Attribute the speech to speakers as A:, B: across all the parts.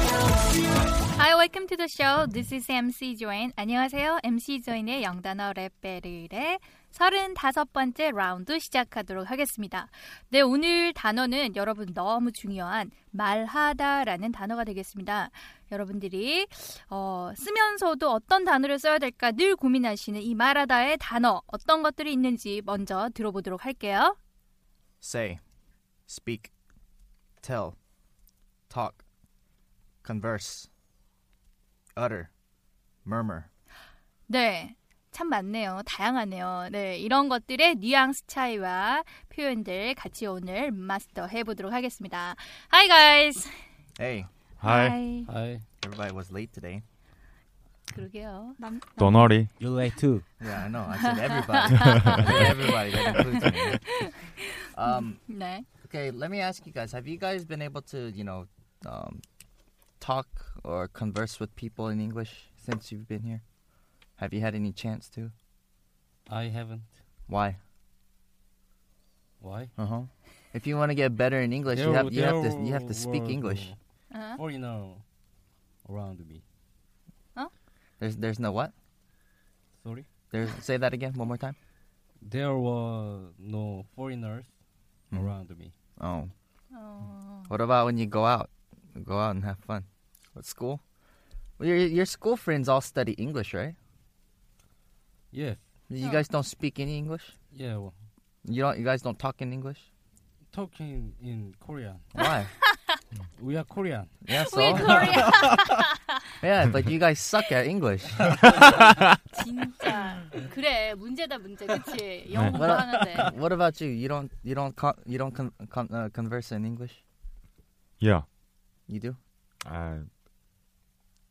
A: Hi, welcome to the show. This is MC Join. 안녕하세요. MC Join의 영단어 랩 배틀의 35번째 라운드 시작하도록 하겠습니다. 네, 오늘 단어는 여러분 너무 중요한 말하다라는 단어가 되겠습니다. 여러분들이 어, 쓰면서도 어떤 단어를 써야 될까 늘 고민하시는 이 말하다의 단어 어떤 것들이 있는지 먼저 들어보도록 할게요.
B: say, speak, tell, talk, converse, utter, murmur.
A: 네. 참 많네요. 다양하네요. 네. 이런 것들의 뉘앙스 차이와 표현들 같이 오늘 마스터해 보도록 하겠습니다. Hi guys.
B: Hey,
A: Hi.
C: Hi.
B: everybody was late today.
A: 그러게요.
C: Don't worry.
D: You're late too.
B: Yeah, I know. I said everybody. I said everybody. That includes me. Um,
A: 네.
B: okay, let me ask you guys: Have you guys been able to, you know, um, talk or converse with people in English since you've been here? Have you had any chance to?
C: I haven't.
B: Why?
C: Why?
B: Uh huh. If you want to get better in English, you
C: There-
B: have you have to
C: there
B: you have to speak
C: were
B: English.
A: 어?
C: Foreigner around me.
B: There's there's no what?
C: Sorry.
B: There's say that again one more time.
C: There were no foreigners
E: 음.
B: Mhm.
C: around me.
B: Oh,
A: 어.
B: what about when you go out? Go out and have fun. What school? Well, your your school friends all study English, right?
C: Yes.
B: You guys don't speak any English.
C: Yeah. well,
B: You don't. You guys don't talk in English.
C: Talking in Korean.
B: Why?
C: We are Korean.
B: yeah. So.
A: We Korea.
B: yeah, but you guys suck at English.
A: 진짜. 그래. 문제다 문제. 그치 영어
B: 네.
A: 공부하는데.
B: what about you? You don't. You don't. Con- you don't con- con- uh, converse in English.
F: Yeah.
B: You do.
F: 아,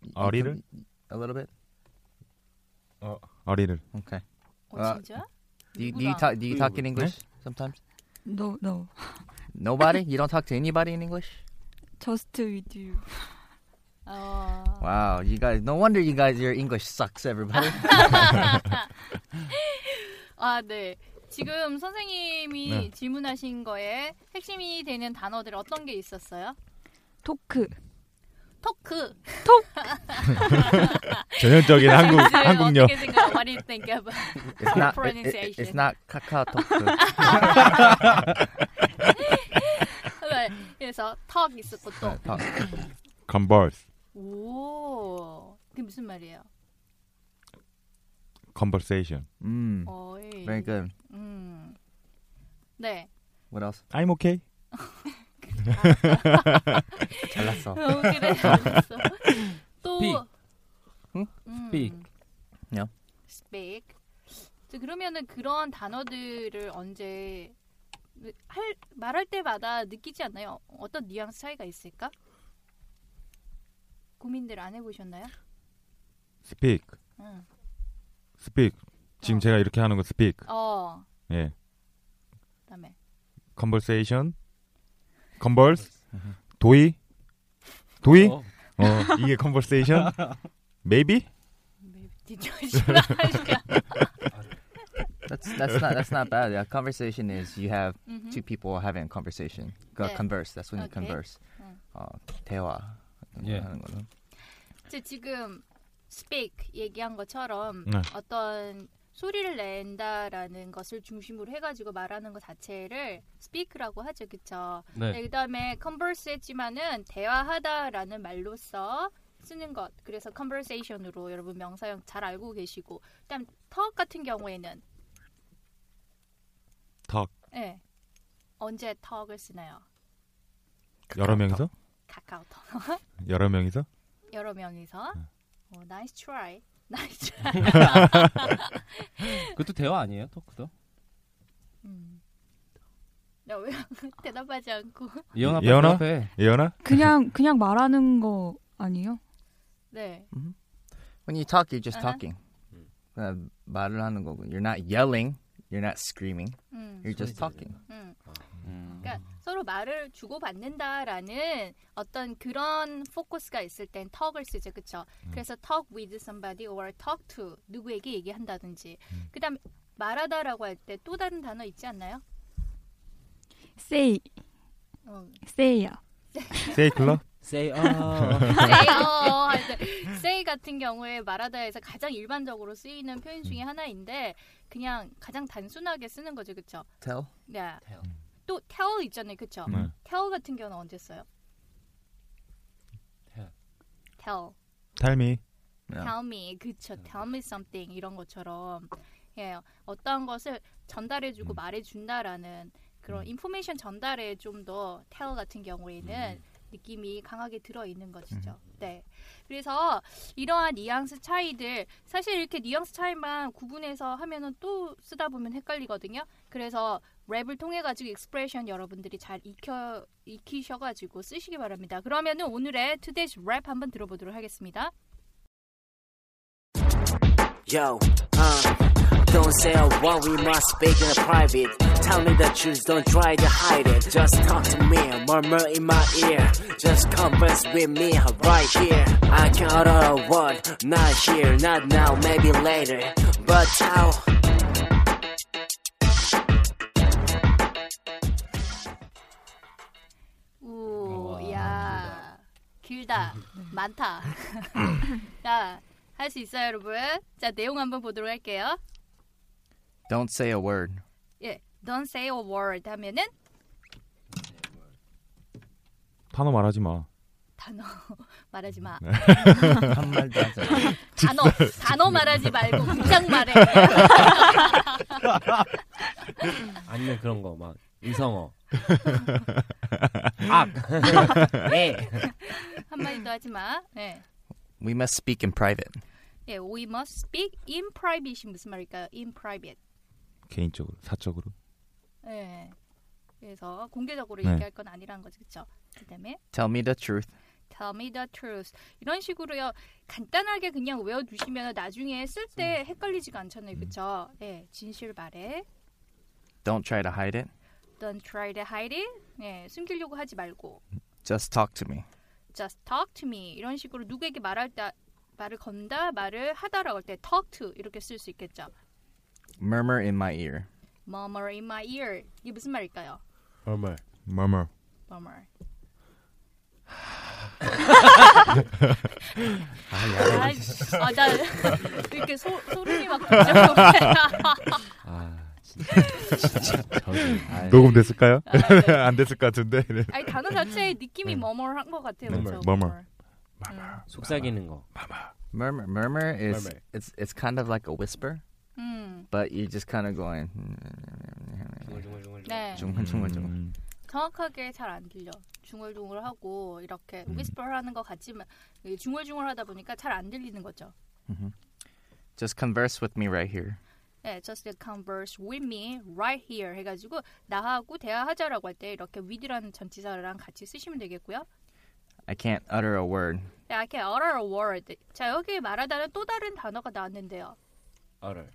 B: You
F: A little?
B: con- A little bit.
F: a little.
B: Okay.
A: 어, 진짜?
B: Do you, do you
A: 누구랑?
B: talk? Do you talk in English sometimes?
G: No, no.
B: Nobody. You don't talk to anybody in English.
G: Just with you.
A: 어.
B: Wow, you guys. No wonder you guys. Your English sucks, everybody.
A: 아 네. 지금 선생님이
F: 네.
A: 질문하신 거에 핵심이 되는 단어들 어떤 게 있었어요?
G: 토크.
A: 토크.
F: 전형적인 한국 한국녀.
A: 어떻게 생각해? What do you think about?
B: It's not. it- it- it's
A: Pronunciation.
B: not kakao talk.
A: 네, 그래서 턱 있었고 또.
B: 네, talk.
F: Converse.
A: 오, 그게 무슨 말이에요?
F: Conversation.
B: Mm,
A: Oh, 어이.
B: very good.
A: 음. 네.
B: What else?
F: I'm okay.
B: 잘났어.
A: 너무 그래. 알겠어. 또.
C: Speak.
B: 응?
A: 음.
C: Speak.
B: Yeah.
A: Speak. 자, 그러면은 그런 단어들을 언제 할 말할 때마다 느끼지 않나요? 어떤 뉘앙스 차이가 있을까? 고민들 안 해보셨나요?
F: Speak.
A: 응.
F: Speak. 지금
A: 어.
F: 제가 이렇게 하는 거 speak.
A: 어.
F: 예.
A: 그다음에
F: Conversation. Converse. 도이. 도이.
C: Oh,
F: 어, 이게 conversation. Maybe.
A: 뒷조심하
B: 네. That's that's not that's not bad. Yeah, conversation is you have two people having a conversation. Co-
A: Hmm? Yeah.
B: Converse. That's when you
A: Okay.
B: converse.
A: Mm.
B: Uh, 대화.
C: Yeah.
B: 하는 거는.
A: 제 지금 speak 얘기한 것처럼
F: 네.
A: 어떤 소리를 낸다라는 것을 중심으로 해가지고 말하는 것 자체를 speak라고 하죠, 그렇죠? 네,
C: 네.
A: 그다음에 converse 했지만은 대화하다라는 말로써 쓰는 것. 그래서 conversation으로 여러분 명사형 잘 알고 계시고. 그다음 talk 같은 경우에는
F: talk
A: 예. 언제 talk을 쓰나요?
F: 여러 명이서?
A: 카카오톡.
F: 여러 명이서?
A: 여러 명이서. 어, nice try. nice try.
C: 그것도 대화 아니에요? 토크도?
A: 음. 나왜 대답하지 않고.
C: 예언아
F: 예언아?
C: 앞에
F: 예연아?
G: 그냥 그냥 말하는 거 아니에요?
A: 네.
B: When you talk, you're just
A: Uh-huh.
B: talking. Uh, 말을 하는 거고. You're not yelling. You're not screaming.
A: 음.
B: You're just talking.
A: 음.
C: 음.
A: 그러니까 서로 말을 주고받는다라는 어떤 그런 포커스가 있을 땐 talk을 쓰죠. 그렇죠? 그래서 talk with somebody or talk to 누구에게 얘기한다든지. 그다음 말하다라고 할 때 또 다른 단어 있지 않나요?
G: say
A: 어,
G: say야.
F: 세이 클럽?
C: Say 어.
A: say 어, 할 때. say 같은 경우에 말하다에서 가장 일반적으로 쓰이는 표현 중에 하나인데 그냥 가장 단순하게 쓰는 거죠. 그렇죠?
B: Tell.
A: 네.
B: Tell.
A: 또 tell 있잖아요. 그렇죠?
F: 네.
A: tell 같은 경우는 언제 써요?
C: Tell.
A: tell.
F: 탈미
B: Yeah.
A: tell me 그쵸 tell me something 이런 것처럼 예 어떤 것을 전달해주고 말해준다라는 그런 인포메이션 전달에 좀 더 tell 같은 경우에는 느낌이 강하게 들어있는 것이죠. 네. 그래서 이러한 뉘앙스 차이들 사실 이렇게 뉘앙스 차이만 구분해서 하면은 또 쓰다 보면 헷갈리거든요. 그래서 랩을 통해 가지고 익스프레션 여러분들이 잘 익혀 익히셔 가지고 쓰시기 바랍니다. 그러면은 오늘의 투데이즈 랩 한번 들어보도록 하겠습니다.
D: Yo, uh, don't say a word, we must speak in private. Tell me the truth, don't try to hide it. Just talk to me, murmur in my ear. Just converse with me right here. I can utter a word, not here, not now, maybe later. But how?
A: 우,
C: 우와,
A: 야, 길다, 많다. 자, 할 수 있어요, 여러분. 자, 내용 한번 보도록 할게요.
B: Don't say a word.
A: 예, don't say a word 하면은
F: 단어 말하지 마.
A: 단어 말하지 마.
B: 한 말도 하지 마.
A: 단어, 단어 말하지 말고 문장 말해.
H: 아니면 그런 거 막 이성어. 악. 예.
A: 한마디도 하지 마. 예,
B: We must speak in private.
A: 예, we must speak in private이 무슨 말일까요? in private.
F: 개인적으로, 사적으로.
A: 예. 그래서 공개적으로
F: 네.
A: 얘기할 건 아니라는 거죠, 그렇죠? 그다음에
B: Tell me the truth.
A: Tell me the truth. 이런 식으로요. 간단하게 그냥 외워두시면 나중에 쓸 때 헷갈리지가 않잖아요. 그쵸? 예, 진실 말해.
B: Don't try to hide it.
A: Don't try to hide it. 예, 숨기려고 하지 말고.
B: Just talk to me.
A: Just talk to me. 이런 식으로 누구에게 말할 때 말을 건다, 말을 하다라고 할 때 talk to 이렇게 쓸 수 있겠죠.
B: Murmur in my ear.
A: Murmur in my ear. 이게 무슨 말일까요?
H: 얼마?
F: 머머.
A: Murmur.
H: 아야.
A: 아이, 아, 나 이렇게 소, 소름이 막 돋죠.
H: 아 진짜. 진짜 저기. 아이.
F: 녹음됐을까요?
A: 네.
F: 안 됐을 것 같은데. 네.
A: 아니 단어 자체의 느낌이 머멀한 것 같아요.
H: 네.
A: 그렇죠?
F: 머멀.
H: 속삭이는 거.
B: Murmur. Murmur is
H: Murmur.
B: it's it's kind of like a whisper,
A: 음,
B: but you're just kind of going.
C: Mm.
A: 네.
B: 중얼중얼중얼.
F: 음.
A: 정확하게 잘 안 들려. 중얼중얼하고 이렇게 whisper하는 것 같지만 이게 중얼중얼하다 보니까 잘 안 들리는 거죠.
B: Just converse with me right here.
A: 네, just converse with me right here 해가지고 나하고 대화하자라고 할 때 이렇게 with라는 전치사랑 같이 쓰시면 되겠고요.
B: I can't utter a word.
A: 네, I can utter a word. 자 여기 말하다는 또 다른 단어가 나왔는데요.
H: 어를.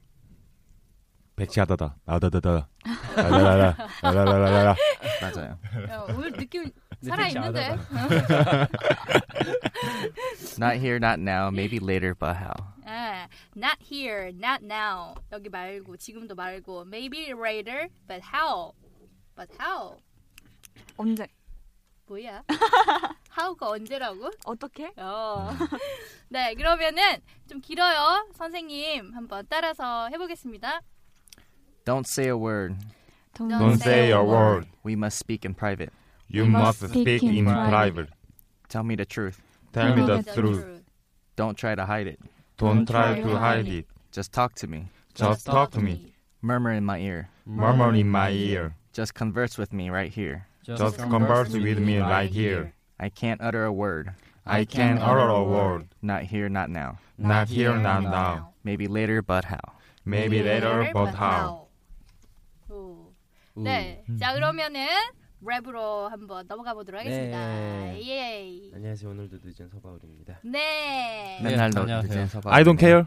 F: 백시하다다. 아다다다. 라라라라. 라라라라라.
B: 맞아요.
A: 야, 어, 오늘 느낌 살아 있는데.
B: Not here, not now. Maybe later, but how?
A: 아, not here, not now. 여기 말고 지금도 말고 maybe later, but how? But how?
G: 언제?
A: 뭐야? 하우가 언제라고?
G: 어떻게?
A: 어. 네, 그러면은 좀 길어요. 선생님 한번 따라서 해보겠습니다.
B: Don't say a word.
A: Don't Don't say say a a word.
B: We must speak in private.
F: You We must must speak speak in in private. private.
B: Tell me the truth.
F: Tell me Tell me the the truth.
B: Don't try to hide it.
F: Don't Don't try try to to hide hide it.
B: Just talk to me.
F: Just talk to me.
B: Murmur in my ear.
F: Murmur in my ear.
B: Just converse with me right here.
F: Just Just converse converse with me right here.
B: I can't utter a word.
F: I can't utter a word.
B: Not here, not now.
F: Not here, not now.
B: Maybe later, but how?
F: Maybe later, but how? 음.
A: 오. 네, 자 그러면은 랩으로 한번 넘어가 보도록 하겠습니다.
C: 네.
A: 예.
C: 안녕하세요. 오늘도 늦은 서바울입니다.
A: 네.
B: 맨날 너
C: 안녕하세요.
B: 늦은 서바울.
F: I don't care.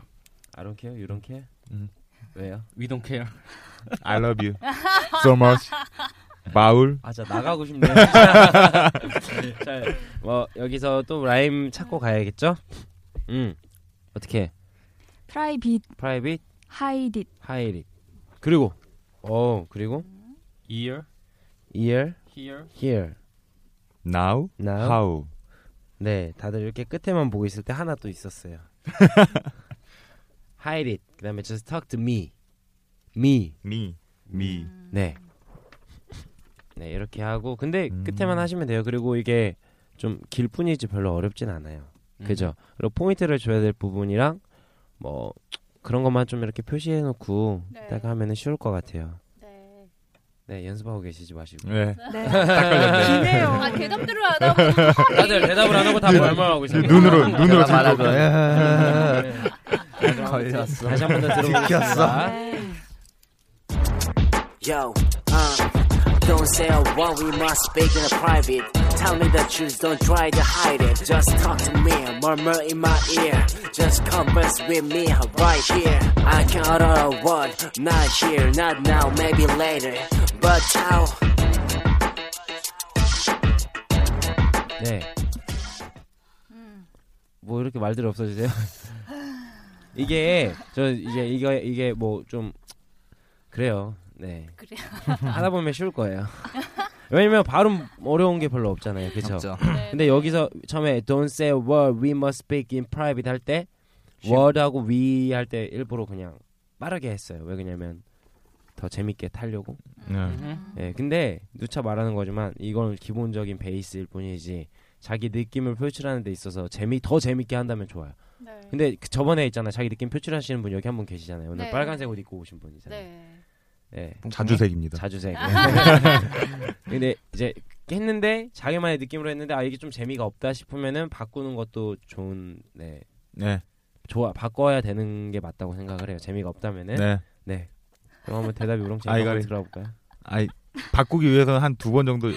C: I don't care. You don't care?
F: 음.
C: 왜요? We don't care.
F: I love you so much. 마울.
C: 아, 진짜 나가고 싶네요. 자, 뭐 여기서 또 라임 찾고 가야겠죠? 음. 어떻게?
G: Private,
C: 프라이빗,
G: hide it.
C: 하이릿. 그리고 어, 그리고
H: ear,
C: ear,
H: here,
C: here.
F: Now,
C: Now.
F: how?
C: 네, 다들 이렇게 끝에만 보고 있을 때 하나 또 있었어요. Hide it. 그다음에 just talk to me. me.
F: me, me.
C: 네. 네, 이렇게 하고 근데 끝에만 하시면 돼요. 그리고 이게 좀 길뿐이지 별로 어렵진 않아요. 그죠? 그리고 포인트를 줘야 될 부분이랑 뭐 그런 것만 좀 이렇게 표시해 놓고
A: 네.
C: 딱 하면은 쉬울 것 같아요.
A: 네.
C: 네, 연습하고 계시지 마시고.
F: 네.
A: 네.
F: 딱 걸렸네.
G: 기네요.
A: 아 대답들을 안 하고 네,
C: 다들 대답을 안 하고 다 말말하고 있어요. 네.
F: 눈으로 눈으로
B: 제가 말하고.
F: 들고.
B: 아, 걸렸어.
C: 다시 한 번 더 들어보겠습니다.
D: Yo, uh, don't say a word, we must speak in private. Tell me the truth, don't try to hide it. Just talk to me, murmur in my ear. Just converse with me right here. I can utter a word, not here, not now, maybe later. But how?
C: 네. 뭐 이렇게 말들이 없어지세요? 이게 저 이제 이거 이게 뭐 좀 그래요. 네.
A: 그래요.
C: 하다 보면 쉬울 거예요. 왜냐면 발음 어려운 게 별로 없잖아요. 그렇죠?
B: 없죠.
A: 네.
C: 근데 여기서 처음에 don't say a word, we must speak in private 할 때 word하고 we 할 때 일부러 그냥 빠르게 했어요. 왜 그러냐면 더 재밌게 타려고.
F: 네.
C: 예, 근데 누차 말하는 거지만 이건 기본적인 베이스일 뿐이지 자기 느낌을 표출하는 데 있어서 재미 더 재밌게 한다면 좋아요.
A: 네.
C: 근데 그 저번에 있잖아 자기 느낌 표출하시는 분 여기 한 분 계시잖아요. 오늘
A: 네.
C: 빨간색 옷 입고 오신 분이잖아요.
A: 네.
C: 예,
F: 자주색입니다.
C: 자주색. 네. 근데 이제 했는데 자기만의 느낌으로 했는데 아 이게 좀 재미가 없다 싶으면은 바꾸는 것도 좋은 네
F: 네.
C: 좋아 바꿔야 되는 게 맞다고 생각을 해요. 재미가 없다면은 네.
F: 네.
C: 그럼 한번 대답이 우렁차
F: 아,
C: 한번
F: 이거를-
C: 들어볼까요?
F: 아이 바꾸기 위해서 한 두 번 정도.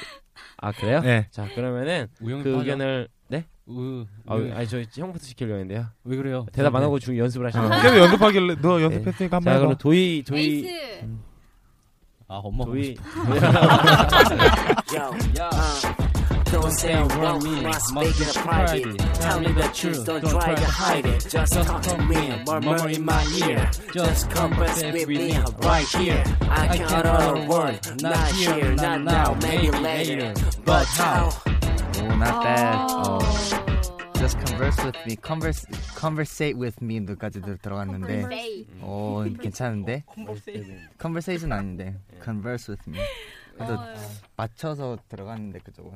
C: 아 그래요?
F: 네.
C: 자 그러면은
H: 우영이
C: 그
H: 빠져.
C: 의견을 네?
H: 우,
C: 아,
H: 우영이-
C: 아니 저 형부터 시키려고 했는데요.
H: 왜 그래요? 네. 아.
C: 대답 안 하고 지금 연습을 하시는 거예요.
F: 계속 연습하길래 너 연습했으니까 한번
C: 네. 자
F: 해봐.
C: 그럼 도희 음. 도희
A: 에이스.
H: 아 엄마
C: 도희
D: Yo, uh, don't say a word, we must speak in private. Tell me the truth, don't try to hide it. Just talk to me, murmur in my ear. Just converse with me right here. I can utter a word, not here, not now, maybe later. But how?
B: Oh, not bad. 어,
A: 오.
B: Just converse with me. Converse, conversate with me. 몇까지
C: 네.
B: 들- 들어갔는데.
A: 세이.
B: 오, 괜찮은데? Conversation 아닌데. Converse with me.
A: 어,
B: 그래도 맞춰서 들어갔는데 그쪽은.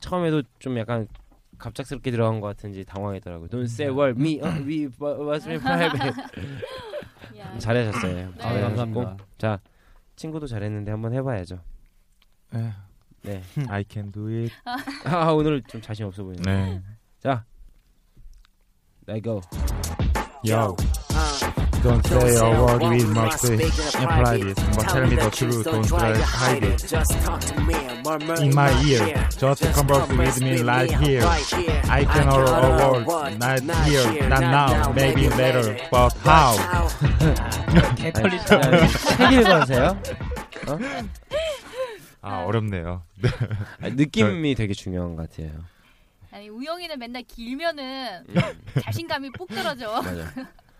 C: 처음에도 좀 약간 갑작스럽게 들어간 것 같은지 당황했더라고요. Don't say word, me, uh, we, was in private.
A: 야.
C: 잘하셨어요.
A: 네.
H: 아,
A: 네,
H: 감사합니다.
C: 자 친구도 잘했는데 한번 해봐야죠.
F: 에.
C: 네.
F: 음. I can do it.
C: 아 오늘 좀 자신 없어 보이네.
F: 네.
C: 자, let go.
F: Yo,
D: Uh,
F: don't
D: don't
F: say
D: say
F: a word
D: we
F: with my
D: must
F: face.
D: speak in private. Tell me the truth, don't try to hide it. Just talk to me, murmur
F: In my ear, just converse with me right here. I can utter a word, not here, not now, maybe later, but how?
C: 책 읽어주세요.
F: 아 어렵네요.
C: 아, 느낌이 되게 중요한 것 같아요.
A: 아니 우영이는 맨날 길면은 자신감이 ปุ๊ 떨어져.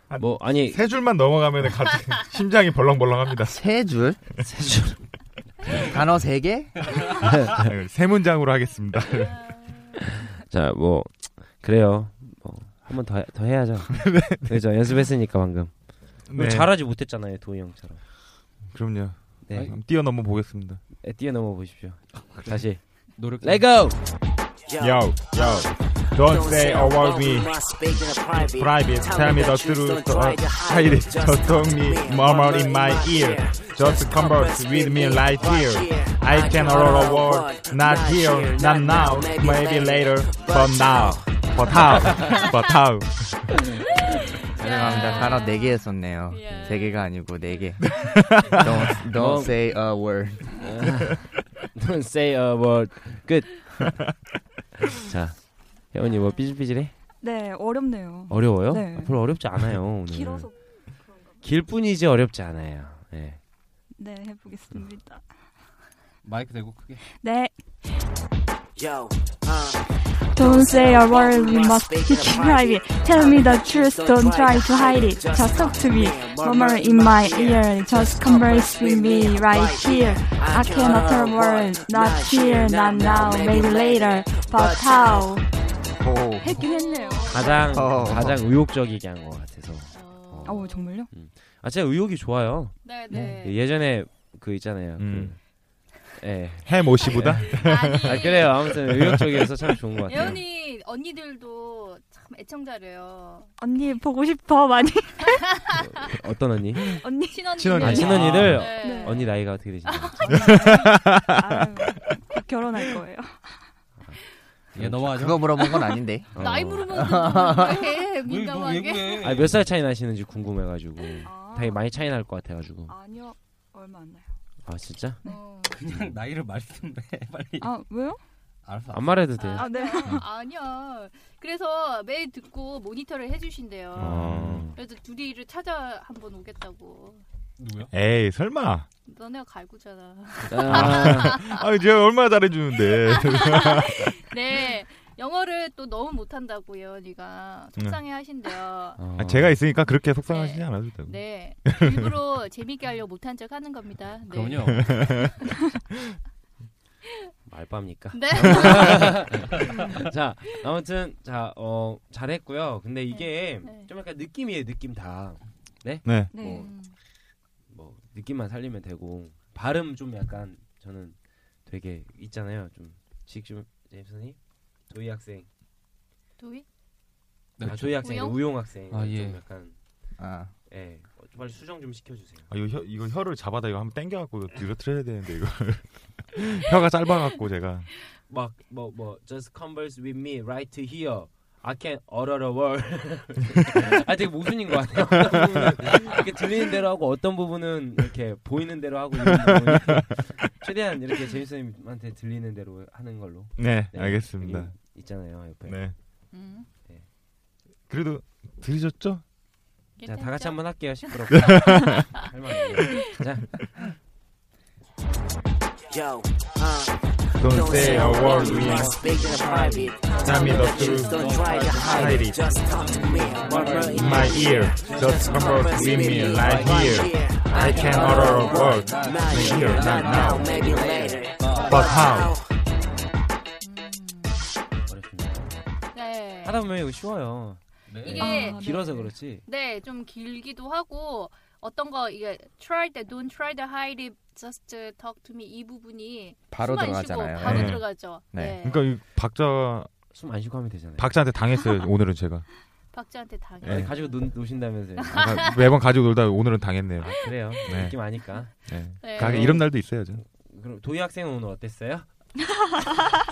C: 아, 뭐 아니
F: 세 줄만 넘어가면 갑자기 심장이 벌렁벌렁합니다.
B: 세 줄?
C: 세 줄.
B: 단어 세 개?
F: 네, 세 문장으로 하겠습니다.
C: 자, 뭐 그래요. 뭐 한번 더 더 해야죠. 그죠? 연습했으니까 방금.
I: 네.
C: 뭐 잘하지 못했잖아요, 도희 형처럼.
I: 그럼요.
C: 네.
I: 그럼 뛰어넘어 보겠습니다.
C: 네, 뛰어넘어 보십시오. 다시
I: 아, 노력.
C: 레고.
F: Yo, yo. Don't say about me. It's private. Tell me the truth. or Hide it. Just talk me murmur in my ear. Just converse with me right here. I can roll a word. Not here, not now. Maybe later, but now. But how? But how?
B: 죄송합니다. 아. 예. 단어 4개 했었네요. 3개가 아니고 4개. don't, don't
C: 뭐-
B: say a word.
C: Don't say a word. 끝. 자, 혜원이 뭐 삐질삐질해?
H: 네, 어렵네요.
C: 어려워요?
H: 네.
C: 아, 별로 어렵지 않아요. 오늘.
H: 길어서
C: 길 뿐이지 어렵지 않아요. 예.
H: 네, 해보겠습니다.
J: 마이크 대고 크게.
H: 네.
D: Yo,
F: uh,
G: Don't say a word, we must keep it private. Tell
F: uh,
G: me the truth, don't try to hide it. Just talk to me, murmur in my ear. Just converse with me right here. I
D: Uh,
G: cannot tell word, not here, not now, maybe later. But how?
C: 오.
G: 했긴 했네요.
C: 가장
G: 어.
C: 가장 의욕적이게 한 것 같아서.
H: 어, 정말요?
C: 아, 제가 의욕이 좋아요.
A: 네, 네.
C: 예전에 그 있잖아요.
I: 음.
C: 그, 예.
I: 햄 오시보다?
C: 아, 그래요. 아무튼 의욕적이어서 참 좋은 것 같아요.
A: 예원이 언니들도 참 애청자래요.
G: 언니 보고 싶어 많이.
C: 어떤 언니?
G: 언니
A: 친언니.
C: 아, 친언니들.
A: 네.
C: 언니 나이가 어떻게 되시나요?
G: 아유, 곧 결혼할 거예요.
C: 아,
J: 예, 넘어가죠.
B: 그거 물어본 건 아닌데.
A: 나이 물으면 또 왜? 민감하게.
C: 아, 몇 살 차이 나시는지 궁금해가지고 되게 많이 차이 날 것 같아가지고
H: 아, 아니요, 얼마 안 나요.
F: Oh,
C: 아 진짜?
A: 어.
J: 그냥 나이를 말했는데 빨리.
H: 아, 왜요?
J: 알았어.
C: 안 말해도 돼요. 음.
H: 아, 네.
A: 아니야. 그래서 매일 듣고 모니터를 해주신대요.
C: 어.
I: 아.
A: 그래서 둘이를 찾아 한번 오겠다고.
I: 에이 설마.
A: 너네가 갈구잖아.
I: 아, 이제 얼마나 잘해주는데.
A: 네. 영어를 또 너무 못한다고 예언이가 속상해 하신대요.
I: 아,
C: 네.
I: 제가 있으니까 그렇게 속상하시지 않아도 되고.
A: 네. 일부러 재밌게 하려고 못한 척 하는 겁니다. 네.
I: 그럼요.
C: 아, 말밤입니까?
A: 네.
C: 그러니까. 자, 아무튼 자, 어, 잘했고요. 근데
A: 네.
C: 이게 좀 약간 느낌이에요, 느낌 다. 네?
I: 네.
C: 뭐,
A: 음.
C: 뭐 느낌만 살리면 되고 발음 좀 약간 저는 되게 있잖아요. 좀 직접 제임스 선생님, 도희 학생,
A: 도희?
C: 아, 조이 학생,
A: 우영?
C: 우용, 학생.
J: 네. 아, 예.
C: 좀 약간
B: 아,
C: 예. 어, 좀 빨리 수정 좀 시켜 주세요.
I: 아, 이거 혀, 이거 혀를 잡아다 이거 한번 당겨갖고 늘어뜨려야 되는데 이걸 혀가 짧아갖고 제가
C: 막 뭐 뭐 just converse with me right here. I can utter a word. 아 되게 모순인 것 같아요. 어떤 부분은 이렇게 들리는 대로 하고 어떤 부분은 이렇게 보이는 대로 하고 이런 부분이 최대한 이렇게 제임스 님한테 들리는 대로 하는 걸로.
I: 네, 알겠습니다.
C: 여기 있잖아요 옆에.
I: 네.
A: 음,
I: 그래도 들으셨죠?
C: 자, 다 같이 한번 할게요. 시끄럽고. 할 말이 없네요. 자.
D: yo, uh,
F: Don't say a word, we
D: must speak in private.
F: Tell me the truth,
D: don't try to hide it. Just talk to me, murmur in
F: my ear. Just converse with me right here. I can utter a word. Not here, not now.
D: maybe later.
F: But how?
A: 네.
C: 하다 보면 이거 쉬워요.
J: 네.
C: 네.
A: 이게 아,
C: 길어서 그렇지.
A: 네, 좀 길기도 하고 어떤 거 이게 try the don't try the hide it just talk to me 이 부분이
I: 바로
A: 숨안
I: 들어가잖아요.
A: 쉬고 바로
I: 네.
A: 들어가죠. 네.
I: 그러니까 이 박자
C: 숨 안 쉬고 하면 되잖아요.
I: 박자한테 당했어요. 오늘은 제가
A: 박자한테 당해.
I: 네.
C: 가지고 논, 노신다면서요.
I: 아, 매번 가지고 놀다 가 오늘은 당했네요.
C: 아, 그래요.
I: 네.
C: 느낌 아니까.
I: 네.
A: 네.
I: 가게 이런 날도 있어요, 저.
C: 그럼 도희 학생은 오늘 어땠어요?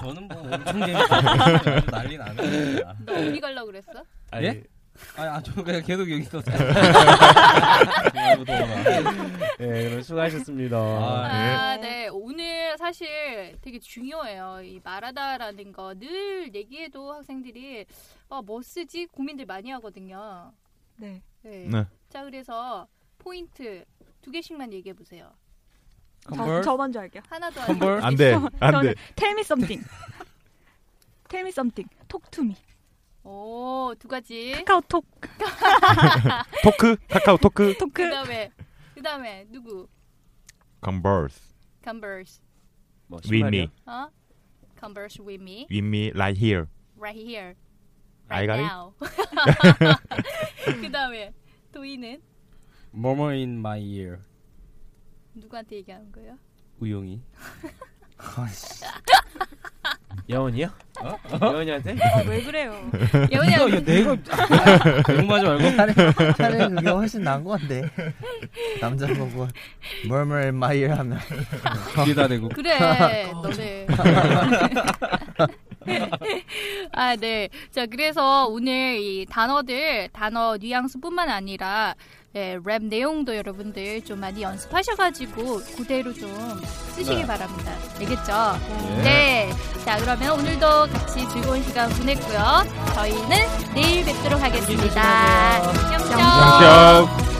J: 저는 뭐 엄청 재밌었어요. 난리 나네.
A: 너 어디 가려고 그랬어?
J: 아, 예? 아니, 아, 저 그냥 계속 여기 있었어요.
C: 네, 그럼 수고하셨습니다.
A: 아, 네. 오늘 사실 되게 중요해요. 이 말하다라는 거 늘 얘기해도 학생들이 어, 뭐 쓰지 고민들 많이 하거든요.
H: 네.
I: 네.
A: 자, 그래서 포인트 두 개씩만 얘기해 보세요.
C: 뭐
H: 저, 저 먼저 할게요.
A: 하나도
I: 컨벌? 안 돼, 네. 안
H: 저는
I: 돼.
H: Tell me something. Tell me something. Talk to me.
A: 오, 두 가지.
H: 카카오톡.
I: 토크 카카오 토크
A: 그다음에 그다음에 누구?
I: converse
A: converse.
I: with me
A: 어? Converse with me.
I: With me right here.
A: Right here.
I: I
A: Right
I: got it?
A: now. 그 다음에 도희는
J: Murmur in my ear.
A: 누구한테 얘기하는 거예요?
J: 우영이.
C: 여원이요?
J: 어?
C: 여원이한테?
H: 아,
A: 여원이한테.
J: 욕하지 말고.
B: 차라리 그게 훨씬 나은 것 같네. 남자 보고 murmur in my ear 하면
J: 귀에다 대고.
A: 그래, 너네. 아, 네. 자, 그래서 오늘 이 단어들, 단어 뉘앙스뿐만 아니라 예, 랩 내용도 여러분들 좀 많이 연습하셔가지고 그대로 좀 쓰시기
K: 네.
A: 바랍니다. 알겠죠?
K: 예.
A: 네. 자, 그러면 오늘도 같이 즐거운 시간 보냈고요. 저희는 내일 뵙도록 하겠습니다. 뿅뿅.
I: 뿅뿅.